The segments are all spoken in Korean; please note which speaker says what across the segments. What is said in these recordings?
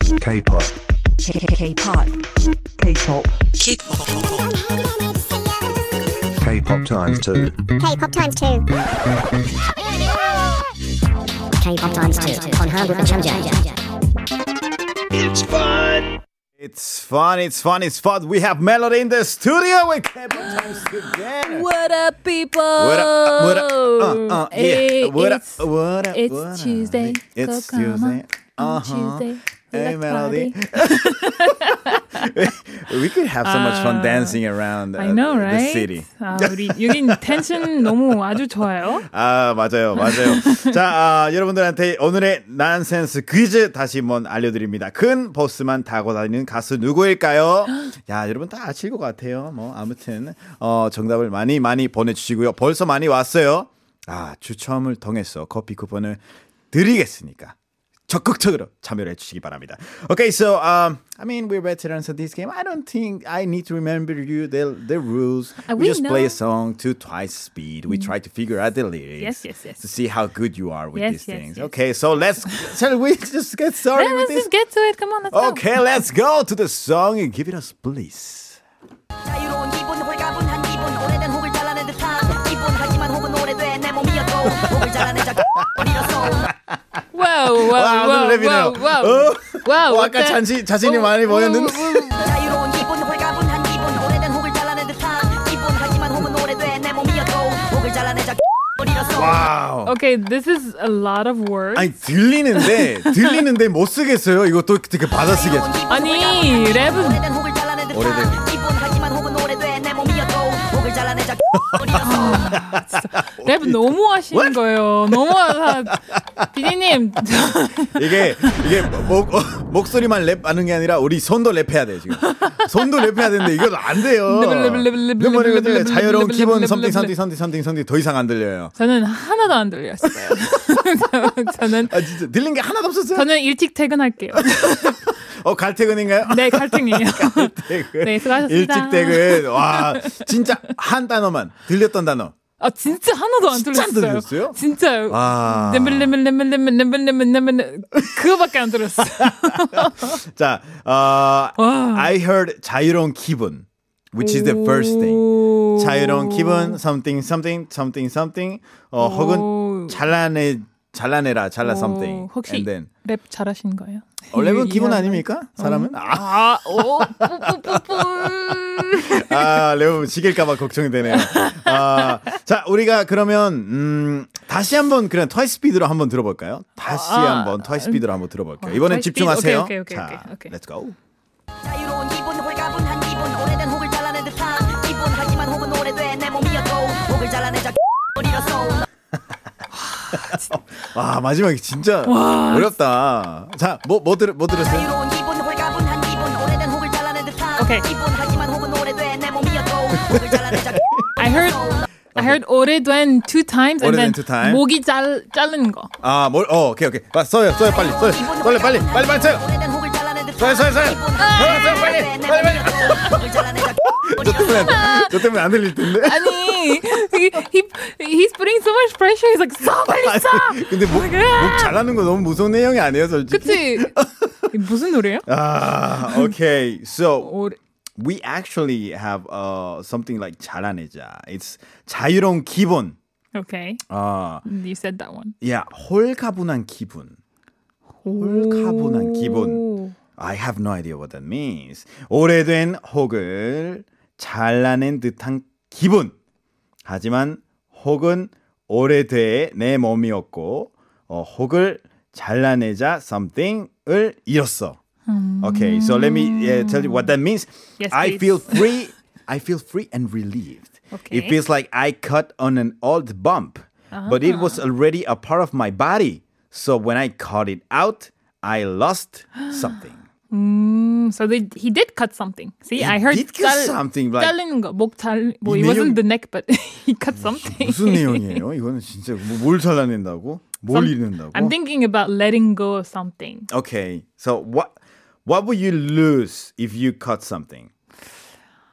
Speaker 1: K-pop,
Speaker 2: K-pop.
Speaker 3: K-pop,
Speaker 1: K-pop times two,
Speaker 4: K-pop times two. K-pop times two on hand with the changer.
Speaker 5: It's fun, it's fun, it's fun. We have Melody in the studio with K-pop times together.
Speaker 2: What up, people?
Speaker 5: What up? What up? Uh, uh, yeah.
Speaker 2: Hey,
Speaker 5: What up?
Speaker 2: it's-
Speaker 5: What up?
Speaker 2: it's
Speaker 5: what up?
Speaker 2: Tuesday,
Speaker 5: It's
Speaker 2: so come
Speaker 5: Tuesday.
Speaker 2: on
Speaker 5: Uh-huh.
Speaker 2: Tuesday.
Speaker 5: Hey,
Speaker 2: Let's
Speaker 5: Melody. we could have so much fun dancing around uh,
Speaker 3: I know,
Speaker 5: the
Speaker 3: right?
Speaker 5: city.
Speaker 3: 아, 우리 유린 텐션 너무 아주 좋아요.
Speaker 5: 아 맞아요 맞아요 자 아, 여러분들한테 오늘의 난센스 퀴즈 다시 한번 알려드립니다 큰 버스만 타고 다니는 가수 누구일까요 야 여러분 다 아실 것 같아요 뭐 아무튼 어 정답을 많이 많이 보내주시고요 벌써 많이 왔어요 아 추첨을 통해서 커피 쿠폰을 드리겠으니까 적극적으로 참여를 해주시기 바랍니다. Okay, so um, I mean we're veterans of this game. I don't think I need to remember you the the rules.
Speaker 3: Ah,
Speaker 5: we
Speaker 3: we
Speaker 5: just play a
Speaker 3: know.
Speaker 5: song to twice speed. We try to figure out the lyrics.
Speaker 3: Mm. Yes, yes, yes.
Speaker 5: To see how good you are with
Speaker 3: Yes,
Speaker 5: these
Speaker 3: yes,
Speaker 5: things.
Speaker 3: yes.
Speaker 5: Okay, so let's shall we just get started
Speaker 3: Then
Speaker 5: with this?
Speaker 3: let's just get to it. Come on, let's go.
Speaker 5: Okay, let's go to the song and give it us, please.
Speaker 6: 자유로운 기분 홀가분한 기분 오래된 혹을 잘라낸 듯한 기분 하지만 혹은 오래된 내 몸이었고 혹을 잘라낸 자 버리었어
Speaker 3: Wow,
Speaker 5: 와,
Speaker 3: wow,
Speaker 5: 오늘
Speaker 3: wow,
Speaker 5: 랩이네요.
Speaker 3: wow,
Speaker 5: 어?
Speaker 3: wow. Wow,
Speaker 5: 어, 아까
Speaker 3: 어때?
Speaker 5: 자신, 자신이
Speaker 3: 어,
Speaker 5: 많이
Speaker 3: 어,
Speaker 5: 보였는데.
Speaker 3: 어, 어, 어.
Speaker 6: 자유로운 기분 홀가분한 기분 오래된 혹을 잘라낸 듯한 기분 하지만 혹은 오래된 내 몸이었고 혹을 잘라낸 자 버리었어
Speaker 5: 와우.
Speaker 3: Okay, this is a lot of words.
Speaker 5: 아니 들리는데 들리는데 못 쓰겠어요. 이거 또 어떻게 받아 쓰겠어.
Speaker 3: 아니, 랩은-
Speaker 6: 오래된 혹을 잘라낸
Speaker 5: 오래된-
Speaker 6: 듯한 기분 하지만 혹은 오래된 내 몸이었고 혹을 잘라낸 자 버리었어
Speaker 3: 랩 너무 하시는
Speaker 5: What?
Speaker 3: 거예요. 너무 하. 비디님,
Speaker 5: 이게 이게 목 어, 목소리만 랩하는 게 아니라 우리 손도 랩해야 돼 지금. 손도 랩해야 되는데 이건 안 돼요.
Speaker 3: 랩, 랩, 랩, 랩,
Speaker 5: 이거 뭐라 그래?
Speaker 3: 랩, 랩,
Speaker 5: 자유로운
Speaker 3: 랩, 랩,
Speaker 5: 기본
Speaker 3: 랩, 랩,
Speaker 5: something
Speaker 3: 랩,
Speaker 5: something something something something 더 이상 안 들려요.
Speaker 3: 저는 하나도 안 들렸어요. 저는
Speaker 5: 아 진짜 들린 게 하나도 없었어요.
Speaker 3: 저는 일찍 퇴근할게요.
Speaker 5: 어 갈퇴근인가요?
Speaker 3: 네, 갈등이에요. 네, 수고하셨습니다.
Speaker 5: 일찍 퇴근. 와 진짜 한 단어만 들렸던 단어.
Speaker 3: 아 진짜 하나도 안
Speaker 5: 진짜 안
Speaker 3: 들렸어요.
Speaker 5: 들렸어요?
Speaker 3: 진짜요.
Speaker 5: 아.
Speaker 3: 렘블렘블렘블렘블렘블렘블렘 그거밖에 안 들었어.
Speaker 5: 자, 어,
Speaker 3: 와.
Speaker 5: I heard 자유로운 기분, which is the first thing.
Speaker 3: 오.
Speaker 5: 자유로운 기분, something, something, something, something. 어, 혹은
Speaker 3: 오.
Speaker 5: 잘라내, 잘라내라, 잘라
Speaker 3: 오.
Speaker 5: something.
Speaker 3: 혹시
Speaker 5: And then.
Speaker 3: 랩 잘하신 거예요?
Speaker 5: 어, 랩은 기분
Speaker 3: 이해하는-
Speaker 5: 아닙니까? 사람은? 아,
Speaker 3: 아, 오, 뿌뿌뿌뿌.
Speaker 5: 아 랩은 지길까봐 걱정이 되네요. 아, 자, 우리가 그러면, 음, 다시 한번, 그냥 트와이 스피드로 한번 들어볼까요? 다시
Speaker 3: 아.
Speaker 5: 한번 트와이 스피드로 한번 들어볼게요.
Speaker 3: 와,
Speaker 5: 이번엔
Speaker 3: 트와이스 스피드.
Speaker 5: 집중하세요.
Speaker 3: 오케이, 오케이, 오케이,
Speaker 5: 자,
Speaker 3: 오케이, 오케이.
Speaker 5: let's go.
Speaker 6: 자유로운 기분 홀가분한 기분 오래된 혹을 잘라낸 듯한 기분 하지만 혹은 오래된 내 몸이었고 혹을 잘라낸 자 버리었어
Speaker 5: 와, 아, 마지막에 진짜 어렵다. 자, 뭐, 뭐, 들, 뭐 들었어요?
Speaker 6: 자유로운 기분 홀가분한 기분 오래된 혹을 잘라낸 듯한
Speaker 3: 오케이.
Speaker 6: 기분 하지만 혹은 오래된 내 몸이었고 혹을 잘라낸 자
Speaker 3: I heard, I heard 오래된 two times and
Speaker 5: 오래된
Speaker 3: then
Speaker 5: two time.
Speaker 3: 목이 잘 자른 거.
Speaker 5: 아, 뭘? 어, 오케이, 오케이. 빨리 써요, 써요, 빨리, 써요, 써요, 아, 빨리, 빨리, 빨리 써요.
Speaker 6: 오래된 혹을 잘라낸
Speaker 5: 써요,
Speaker 6: 듯한
Speaker 5: 써요, 써요.
Speaker 6: 기분
Speaker 5: 써요, 써요,
Speaker 6: 하지만
Speaker 5: 빨리,
Speaker 6: 오래된 내
Speaker 5: 빨리, 빨리.
Speaker 6: 몸이었고 혹을 잘라낸 자
Speaker 5: 저 때문에, 안- 저 아, 때문에 안 들릴 텐데.
Speaker 3: 아니, he, he, he's putting so much pressure. He's like, 써 빨리 써.
Speaker 5: 근데 목, 목 잘하는 거 너무 무서운 내용이 아니에요, 솔직히.
Speaker 3: 그치? 이게 무슨 노래예요?
Speaker 5: 아, okay. So
Speaker 3: 오래-
Speaker 5: we actually have uh something like 잘하내자. It's 자유로운 기분.
Speaker 3: Okay,
Speaker 5: 아,
Speaker 3: you said that one.
Speaker 5: yeah, 홀가분한 기분. 홀가분한 기분. I have no idea what that means. 오래된 혹을 잘라낸 듯한 기분. 하지만 혹은 오래돼 내 몸이었고 어, 혹을 잘라내자 something을 잃었어. Okay, so let me uh, tell you what that means.
Speaker 3: Yes,
Speaker 5: I
Speaker 3: please.
Speaker 5: feel free. I feel free and relieved. It
Speaker 3: Okay.
Speaker 5: feels like I cut on an old bump, but it was
Speaker 3: Ah.
Speaker 5: already a part of my body. So when I cut it out, I lost something.
Speaker 3: 음, so they, he did cut something. See, I heard
Speaker 5: did cut something, like-
Speaker 3: 잘리는 거. 목 잘, 뭐
Speaker 5: 이
Speaker 3: it
Speaker 5: 내용-
Speaker 3: wasn't the neck, but he cut something.
Speaker 5: 무슨 내용이에요? 이거는 진짜 뭐뭘 잘라낸다고? 뭘
Speaker 3: Some-
Speaker 5: 잃는다고?
Speaker 3: I'm thinking about letting go of something.
Speaker 5: okay, so what what would you lose if you cut something?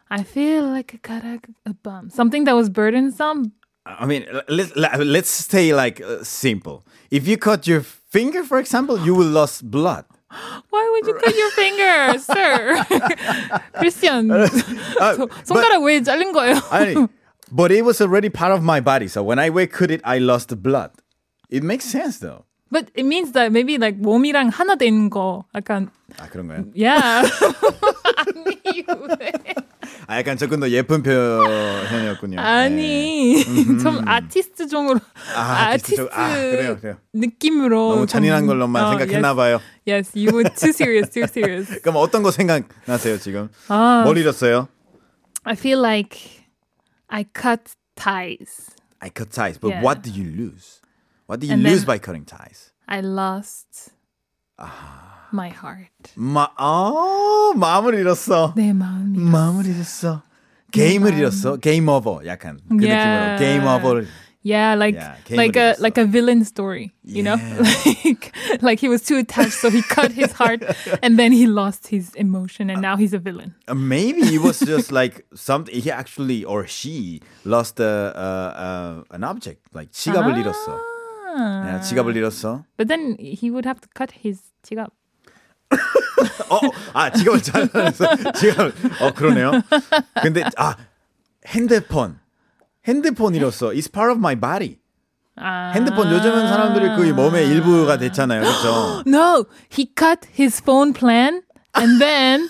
Speaker 3: I feel like I got a, a bum. Something that was burdensome.
Speaker 5: I mean, l- let's l- let's stay like uh, simple. If you cut your finger, for example, you will lose blood.
Speaker 3: Why would you cut your finger, sir? Christian,
Speaker 5: 아,
Speaker 3: 저- 손가락 왜 자른 거예요?
Speaker 5: Uh, but, 아니, but it was already part of my body. So when I were cut it, I lost the blood. It makes sense though.
Speaker 3: But it means that maybe like 몸이랑 하나 된 거. 약간
Speaker 5: 아 그런가요?
Speaker 3: yeah. 아니 왜?
Speaker 5: 아 약간 조금 더 예쁜 표현이었군요. 네.
Speaker 3: 아니 좀 아티스트 종으로
Speaker 5: 아,
Speaker 3: 아,
Speaker 5: 아티스트
Speaker 3: 아티스트
Speaker 5: 종- 아, 그래요, 그래요.
Speaker 3: 느낌으로
Speaker 5: 너무
Speaker 3: 좀-
Speaker 5: 잔인한 걸로만
Speaker 3: 어,
Speaker 5: 생각했나
Speaker 3: yes.
Speaker 5: 봐요.
Speaker 3: Yes, you were too serious, too serious.
Speaker 5: 그럼 어떤 거 생각나세요 지금?
Speaker 3: 아,
Speaker 5: 뭘 잃었어요?
Speaker 3: I feel like I cut ties.
Speaker 5: I cut ties, but
Speaker 3: Yeah.
Speaker 5: what do you lose? What do you
Speaker 3: And then-
Speaker 5: lose by cutting ties?
Speaker 3: I lost my heart.
Speaker 5: 마, 아, 마음을 잃었어.
Speaker 3: 내 마음이.
Speaker 5: 마음을 잃었어. 게임을 잃었어. 게임 오버 약간 그 느낌으로
Speaker 3: 네. Yeah.
Speaker 5: 게임 오버를.
Speaker 3: Yeah, like
Speaker 5: Yeah, 게임을
Speaker 3: like a
Speaker 5: 잃었어.
Speaker 3: like a villain story, you know? Like like he was too attached so he cut his heart and then he lost his emotion and now he's a villain.
Speaker 5: Uh, Maybe it was just like something he actually or she lost a, a, a an object
Speaker 3: 아.
Speaker 5: like 지갑을 잃었어. 야, 지갑을 잃었어.
Speaker 3: But then he would have to cut his 지갑.
Speaker 5: 어, 어, 아 지갑을 잘라서 지갑. 어 그러네요. 근데 아 핸드폰 핸드폰 잃었어. It's part of my body.
Speaker 3: 아.
Speaker 5: 핸드폰 요즘은 사람들이 거의 몸의 일부가 됐잖아요, 그렇죠?
Speaker 3: No, he cut his phone plan and then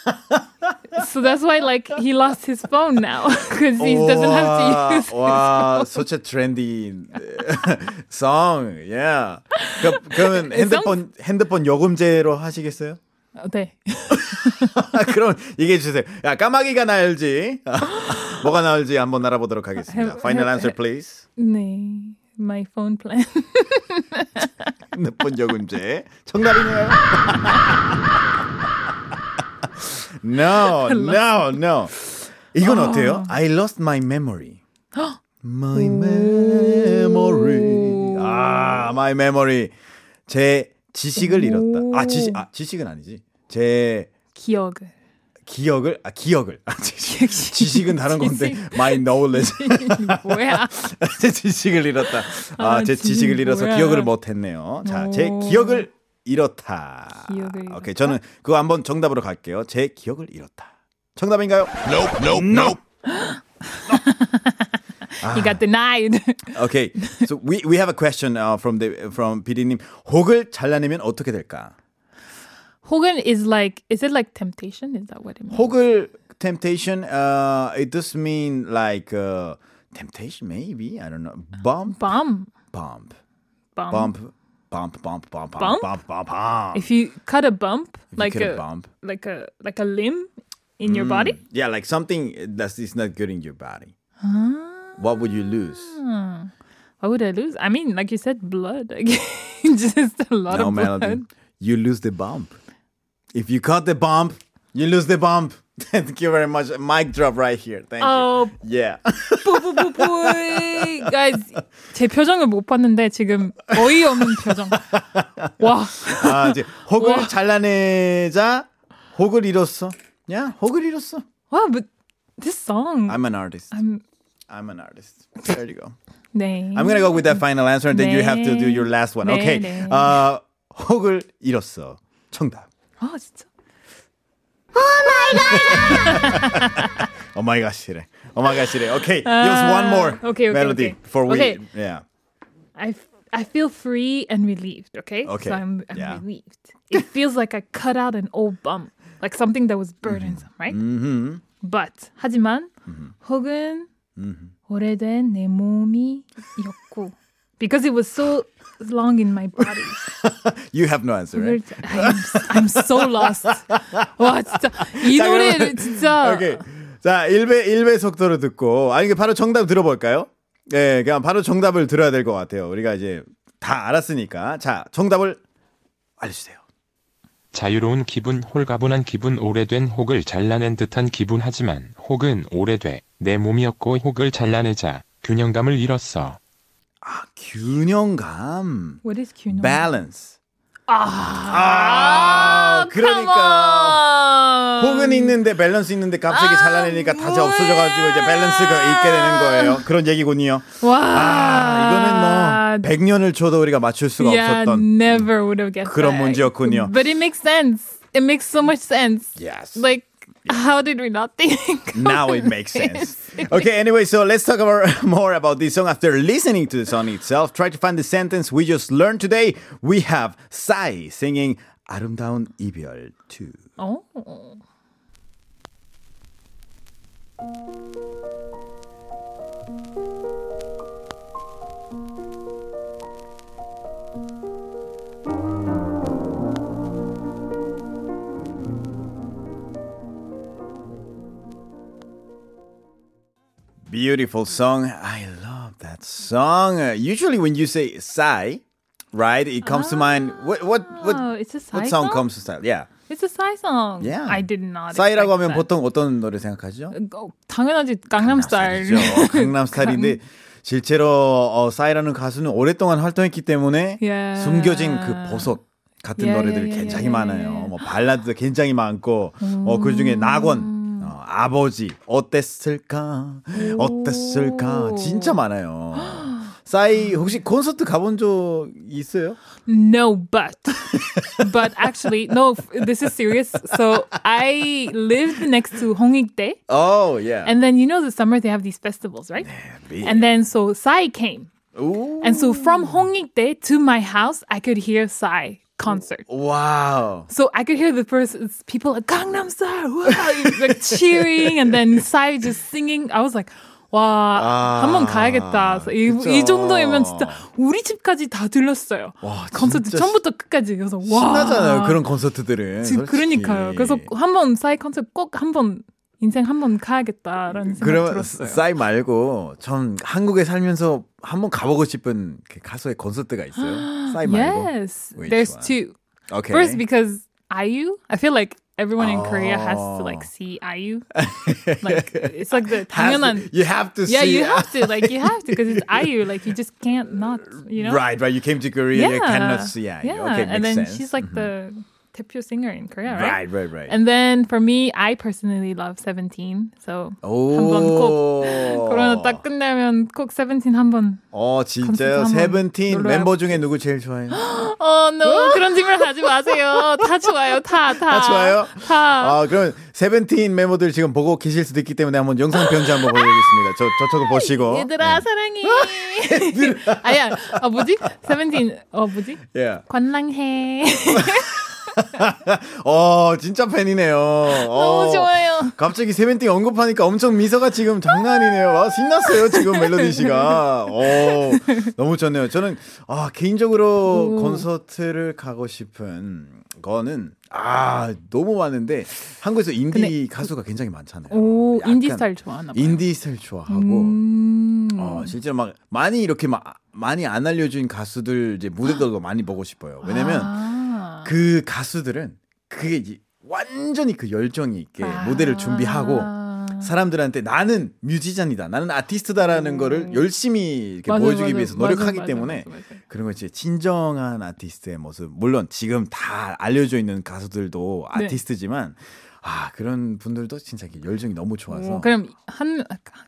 Speaker 3: so that's why like he lost his phone now cuz he doesn't have to use
Speaker 5: 와, such a trendy song. Yeah. 그, 그러면 핸드폰 핸드폰 요금제로 하시겠어요?
Speaker 3: 어, 네.
Speaker 5: 그럼 얘기해 주세요. 야, 까마귀가 날지 뭐가 나올지 한번 알아보도록 하겠습니다.
Speaker 3: 해-
Speaker 5: Final
Speaker 3: 해-
Speaker 5: answer please.
Speaker 3: 네. My phone plan.
Speaker 5: 핸드폰 요금제. 정답이네요. no, no, no. 이건 어때요? I lost my memory. my memory. 아, my memory. 제 지식을 잃었다. 아, 지식 아, 지식은 아니지. 제
Speaker 3: 기억을.
Speaker 5: 기억을 아 기억을 아, 지식, 지식은 다른 건데
Speaker 3: 지식.
Speaker 5: my knowledge
Speaker 3: 뭐야?
Speaker 5: 제 지식을 잃었다 아
Speaker 3: 아,
Speaker 5: 제
Speaker 3: 지식
Speaker 5: 지식을 잃어서
Speaker 3: 뭐야.
Speaker 5: 기억을 못했네요 자 제
Speaker 3: 오.
Speaker 5: 기억을 잃었다
Speaker 3: 기억을
Speaker 5: 오케이
Speaker 3: 잃었다?
Speaker 5: 저는 그거 한번 정답으로 갈게요 제 기억을 잃었다 정답인가요
Speaker 3: He got denied.
Speaker 5: 오케이 so we we have a question uh, from the from PD님 혹을 잘라내면 어떻게 될까
Speaker 3: Hogan is like, is it like temptation? Is that what it means?
Speaker 5: 혹을 temptation uh, it does mean like uh, temptation maybe I don't know bump
Speaker 3: Bomb.
Speaker 5: bump
Speaker 3: Bomb.
Speaker 5: bump, bump, bump, bump, bump, bump,
Speaker 3: Bump?
Speaker 5: bump, bump.
Speaker 3: If you cut a bump,
Speaker 5: If you
Speaker 3: like
Speaker 5: cut a
Speaker 3: a,
Speaker 5: bump. Mm.
Speaker 3: like a like a limb in your body.
Speaker 5: Yeah, like something that is not good in your body.
Speaker 3: Ah.
Speaker 5: What would you lose?
Speaker 3: What would I lose? I mean, like you said, blood. Like, just a lot
Speaker 5: No
Speaker 3: of blood.
Speaker 5: melody. You lose the bump. If you cut the bump, you lose the bump. Thank you very much. Mic drop right here. Thank
Speaker 3: Oh,
Speaker 5: you. Yeah.
Speaker 3: 뿌뿌뿌뿌이. guys, 제 표정을 못 봤는데 지금 어이없는 표정. 와,
Speaker 5: 아, 이제 혹을 잘라내자 혹을 잃었어. Yeah, 혹을 잃었어.
Speaker 3: 와, but this song.
Speaker 5: I'm an artist.
Speaker 3: I'm-
Speaker 5: I'm an artist. There you go.
Speaker 3: 네.
Speaker 5: I'm gonna go with that final answer, and then you have to do
Speaker 3: 네.
Speaker 5: your last one.
Speaker 3: 네,
Speaker 5: okay.
Speaker 3: 네.
Speaker 5: 아, 혹을 잃었어. 정답.
Speaker 3: 아 진짜.
Speaker 5: Oh 오마이갓이래. 오마이갓이래. Okay. Just one more
Speaker 3: Ah, okay, okay,
Speaker 5: melody
Speaker 3: okay.
Speaker 5: before we.
Speaker 3: Okay.
Speaker 5: Yeah.
Speaker 3: I, f- I feel free and relieved, okay?
Speaker 5: Okay,
Speaker 3: So I'm, I'm
Speaker 5: yeah.
Speaker 3: relieved. It feels like I cut out an old bum, like something that was
Speaker 5: Mm-hmm.
Speaker 3: burdensome, right? But, 하지만, 혹은
Speaker 5: Mm-hmm.
Speaker 3: 오래된 내 몸이었고, because it was so long in my body.
Speaker 5: You have no answer, right?
Speaker 3: I'm, I'm so lost. 와, 진짜. 이
Speaker 5: 자, 그러면-
Speaker 3: 노래를 진짜.
Speaker 5: Okay. 자, 1배 1배 속도로 듣고 아니 그 바로 정답 들어볼까요? 예, 그냥 바로 정답을 들어야 될 것 같아요. 우리가 이제 다 알았으니까. 자, 정답을 알려주세요.
Speaker 7: 자유로운 기분, 홀가분한 기분, 오래된 혹을 잘라낸 듯한 기분 하지만 혹은 오래돼 내 몸이었고 혹을 잘라내자 균형감을 잃었어.
Speaker 5: 아, 균형감,
Speaker 3: What is 균형?
Speaker 5: balance. 아,
Speaker 3: 아,
Speaker 5: 그러니까. 혹은 있는데 밸런스 있는데 갑자기
Speaker 3: 아,
Speaker 5: 잘라내니까 다시
Speaker 3: 뭐해.
Speaker 5: 없어져가지고 이제 밸런스가 있게 되는 거예요. 그런 얘기군요.
Speaker 3: 와,
Speaker 5: 아, 이거는 뭐
Speaker 3: Yeah.
Speaker 5: 100년을 줘도 우리가 맞출 수가
Speaker 3: yeah,
Speaker 5: 없었던
Speaker 3: never would have guessed
Speaker 5: 그런
Speaker 3: that.
Speaker 5: 문제였군요.
Speaker 3: But it makes sense. It makes so much sense.
Speaker 5: Yes.
Speaker 3: Like, how did we not think?
Speaker 5: Now it makes sense. Okay, anyway, so let's talk about, more about this song after listening to the song itself. Try to find the sentence we just learned today. We have Sai singing 아름다운 이별 2.
Speaker 3: oh.
Speaker 5: Beautiful song. I love that song. Uh, Usually when you say Sai, right, it comes to mind what what what
Speaker 3: Oh, it's a side
Speaker 5: what
Speaker 3: song.
Speaker 5: song comes to style? Yeah.
Speaker 3: It's a side song.
Speaker 5: Yeah.
Speaker 3: I did not.
Speaker 5: 싸이라고 하면
Speaker 3: expect
Speaker 5: 보통 어떤 노래 생각하죠?
Speaker 3: that. 어, 당연하지 강남 스타일.
Speaker 5: 어, 강남 스타일인데 실제로 어, 싸이라는 가수는 오랫동안 활동했기 때문에
Speaker 3: 예.
Speaker 5: 숨겨진 그 버섯 같은
Speaker 3: 예,
Speaker 5: 노래들이
Speaker 3: 예, 예,
Speaker 5: 굉장히
Speaker 3: 예, 음.
Speaker 5: 많아요.
Speaker 3: 예.
Speaker 5: 뭐 발라드도 굉장히 많고 어, 그 중에 낙원 어, 아버지 어땠을까 어땠을까 진짜 많아요. 싸이 혹시 콘서트 가본 적 있어요?
Speaker 3: No, but but actually, no. f- This is serious. So I lived next to Hongikdae,
Speaker 5: Oh yeah.
Speaker 3: and then you know the summer they have these festivals, right?
Speaker 5: big.
Speaker 3: And then so Psy came, and so from Hongikdae to my house, I could hear Psy concert.
Speaker 5: wow.
Speaker 3: So I could hear the person, people like Gangnam Style, wow, like cheering, and then Psy just singing. I was like. 와,
Speaker 5: 아,
Speaker 3: 한번 가야겠다. 그래서 이,
Speaker 5: Ah, 그쵸.
Speaker 3: 이 정도면 진짜 우리 집까지 다 들렸어요.
Speaker 5: 와,
Speaker 3: 콘서트
Speaker 5: 진짜
Speaker 3: 처음부터 끝까지. 그래서 와.
Speaker 5: 신나잖아요 그런 콘서트들은. 솔직히.
Speaker 3: 지금 그러니까요. 그래서 한번 싸이 컨셉 꼭 한번 인생 한번 가야겠다라는 생각
Speaker 5: 그러면
Speaker 3: 들었어요.
Speaker 5: 싸이 말고 전 한국에 살면서 한번 가보고 싶은 그 가수의 콘서트가 있어요. 싸이 말고.
Speaker 3: Yes,
Speaker 5: Which
Speaker 3: there's
Speaker 5: one?
Speaker 3: two.
Speaker 5: Okay.
Speaker 3: First, because IU, I feel like everyone in Korea has to
Speaker 5: Oh.
Speaker 3: like see IU. like it's like the
Speaker 5: Have to-
Speaker 3: 당연한.
Speaker 5: you have to
Speaker 3: Yeah,
Speaker 5: see.
Speaker 3: you have to like you have to because it's IU. Like you just can't not. You know.
Speaker 5: Right, right. You came to Korea. You cannot see. Yeah, yeah. Okay, makes
Speaker 3: and then
Speaker 5: sense. Mm-hmm.
Speaker 3: she's like the debut singer in Korea, right?
Speaker 5: Right, right, right.
Speaker 3: And then for me, I personally love Seventeen. So 한번 꼭
Speaker 5: 오.
Speaker 3: 코로나 딱 끝나면 꼭 세븐틴 한번.
Speaker 5: 어, 진짜요?
Speaker 3: 콘서트 한번
Speaker 5: 세븐틴
Speaker 3: 놀러요.
Speaker 5: 멤버 중에 누구 제일 좋아해요?
Speaker 3: 어, no, 그런 질문 하지 마세요. 다 좋아요, 다, 다.
Speaker 5: 다 좋아요?
Speaker 3: 다.
Speaker 5: 아, 그럼 세븐틴 멤버들 지금 보고 계실 수도 있기 때문에 한번 영상 편지 한번 보여드리겠습니다. 저 저쪽을 보시고. 네.
Speaker 3: 얘들아, 사랑해. 아야, 아 뭐지? 세븐틴, 어 뭐지?
Speaker 5: 예.
Speaker 3: 관랑해.
Speaker 5: 어, 진짜 팬이네요.
Speaker 3: 너무
Speaker 5: 어.
Speaker 3: 좋아요.
Speaker 5: 갑자기 세븐틴 언급하니까 엄청 미소가 지금 장난 아니네요. 와, 신났어요, 지금 멜로디 씨가. 오, 너무 좋네요. 저는, 아, 개인적으로 콘서트를 가고 싶은 거는, 아, 너무 많은데, 한국에서 인디
Speaker 3: 근데-
Speaker 5: 가수가 굉장히 많잖아요.
Speaker 3: 오,
Speaker 5: 약간
Speaker 3: 인디 스타일 좋아하나 봐요.
Speaker 5: 인디 스타일 좋아하고,
Speaker 3: 음,
Speaker 5: 어, 실제로 막, 많이 이렇게 막, 많이 안 알려준 가수들 이제 무대들도 많이 보고 싶어요. 왜냐면,
Speaker 3: 아.
Speaker 5: 그 가수들은 그게 이제 완전히 그 열정이 있게
Speaker 3: 아.
Speaker 5: 무대를 준비하고 사람들한테 나는 뮤지션이다, 나는 아티스트다라는 거를 열심히 이렇게
Speaker 3: 음. 맞아요,
Speaker 5: 보여주기
Speaker 3: 맞아요.
Speaker 5: 위해서 노력하기
Speaker 3: 맞아요, 맞아요,
Speaker 5: 때문에
Speaker 3: 맞아요, 맞아요.
Speaker 5: 그런 거 이제 진정한 아티스트의 모습. 물론 지금 다 알려져 있는 가수들도
Speaker 3: 네.
Speaker 5: 아티스트지만 아 그런 분들도 진짜 이렇게 열정이 너무 좋아서
Speaker 3: 오, 음, 그럼 한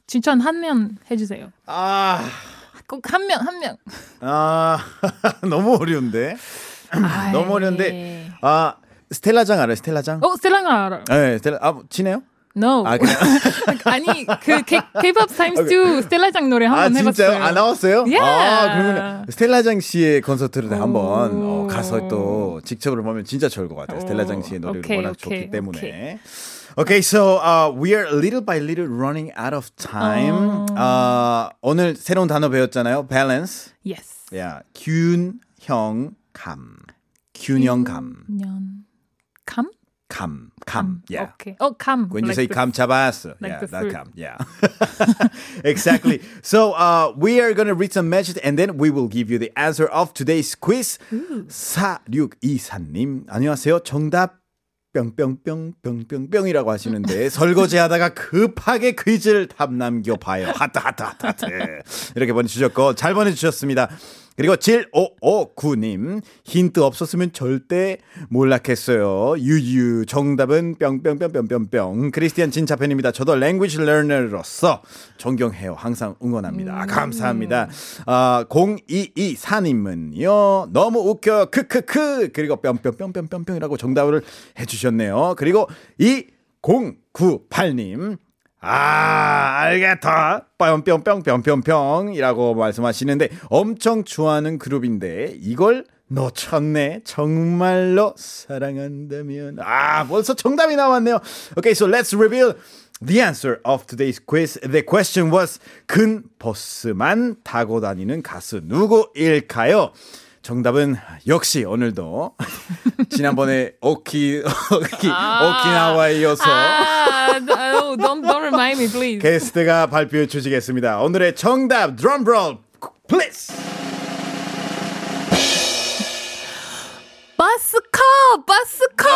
Speaker 3: 추천 한명 해주세요.
Speaker 5: 아,
Speaker 3: 꼭 한 명 한 명.
Speaker 5: 아 너무 어려운데 너무 어려운데 아 스텔라장 알아요 스텔라장?
Speaker 3: 예. 네. 어, 스텔라가 알아.
Speaker 5: 네 스텔라 아 친해요?
Speaker 3: No.
Speaker 5: 아 그냥
Speaker 3: 아니 그 K- K-pop Times 2 스텔라장 노래
Speaker 5: 아
Speaker 3: 한번
Speaker 5: 진짜요?
Speaker 3: 해봤어요.
Speaker 5: 아 나왔어요?
Speaker 3: Yeah.
Speaker 5: 아 그러면 스텔라장 씨의 콘서트를 한번 어,
Speaker 3: 오.
Speaker 5: 가서 또 직접으로 보면 진짜 좋을 것 같아요. 스텔라장 씨의 노래를
Speaker 3: 오케이,
Speaker 5: 워낙
Speaker 3: 오케이,
Speaker 5: 좋기 때문에.
Speaker 3: 오케이.
Speaker 5: Okay, so uh, we are little by little running out of time.
Speaker 3: 어.
Speaker 5: 아, 오늘 새로운 단어 배웠잖아요. Balance.
Speaker 3: Yes.
Speaker 5: 야, 균형감. 균형감.
Speaker 3: 년. 감?
Speaker 5: 감. 감. Yeah.
Speaker 3: Okay. Oh, 감.
Speaker 5: When you
Speaker 3: Like
Speaker 5: say
Speaker 3: the-
Speaker 5: 감 잡았어.
Speaker 3: like
Speaker 5: yeah,
Speaker 3: the
Speaker 5: that
Speaker 3: fruit.
Speaker 5: 감. Yeah. exactly. So uh, we are going to read some message and then we will give you the answer of today's quiz. 4624님. 안녕하세요. 정답 뿅뿅뿅뿅뿅뿅이라고 하시는데 설거지하다가 급하게 퀴즈를 답 남겨봐요. 하트 하트 하트 하트 이렇게 보내주셨고 잘 보내주셨습니다. 그리고 7559님 힌트 없었으면 절대 몰랐겠어요. 유유 정답은 뿅뿅뿅뿅뿅뿅 크리스티안 진차팬입니다. 저도 랭귀지 러너로서 존경해요. 항상 응원합니다. 감사합니다. 아 0224님은요 너무 웃겨 크크크 그리고 뿅뿅뿅뿅뿅뿅이라고 정답을 해주셨네요. 그리고 이 098님 아, 알겠다. 뿅뿅뿅뿅뿅뿅이라고 말씀하시는데 엄청 좋아하는 그룹인데 이걸 놓쳤네. 정말로 사랑한다면. 아, 벌써 정답이 나왔네요. Okay, so let's reveal the answer of today's quiz. The question was 근 버스만 타고 다니는 가수 누구일까요? 정답은 역시 오늘도 지난번에 오키 오키 오키나와에 이어서
Speaker 3: 아, no, don't don't remind me, please.
Speaker 5: 게스트가 발표해 주시겠습니다. 오늘의 정답 드럼롤 플리즈.
Speaker 3: 버스커, 버스커.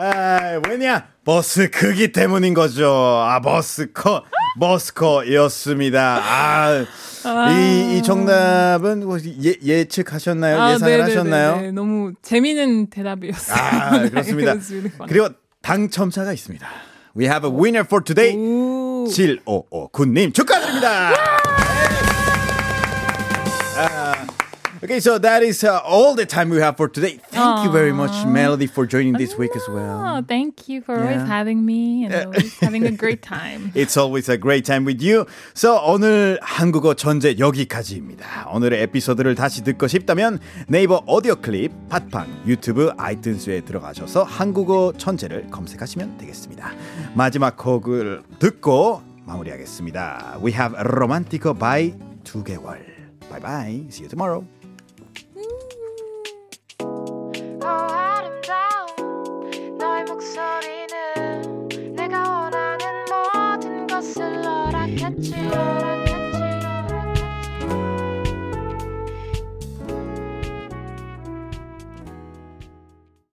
Speaker 5: 아, 왜냐? 버스 크기 때문인 거죠. 아, 버스커. 버스커였습니다. 아, 이, 이 정답은 혹시 예, 예측하셨나요? 예상을
Speaker 3: 네네네네.
Speaker 5: 하셨나요?
Speaker 3: 너무 재미있는 대답이었어요.
Speaker 5: 아,
Speaker 3: 네,
Speaker 5: 그렇습니다.
Speaker 3: it was really fun.
Speaker 5: 그리고 당첨자가 있습니다. We have a winner for today.
Speaker 3: 오.
Speaker 5: 7559님 축하드립니다. 아, Okay, so that is uh, all the time we have for today. Thank you very much, Melody, for joining this week as well.
Speaker 3: Oh, thank you for always
Speaker 5: Yeah.
Speaker 3: having me and always having a great time.
Speaker 5: It's always a great time with you. So 오늘 한국어 전제 여기까지입니다. 오늘의 에피소드를 다시 듣고 싶다면 네이버 오디오 클립, 팟빵, 유튜브, 아이튠스에 들어가셔서 한국어 전제를 검색하시면 되겠습니다. 마지막 곡을 듣고 마무리하겠습니다. We have Romantico by 두개월. Bye bye. See you tomorrow.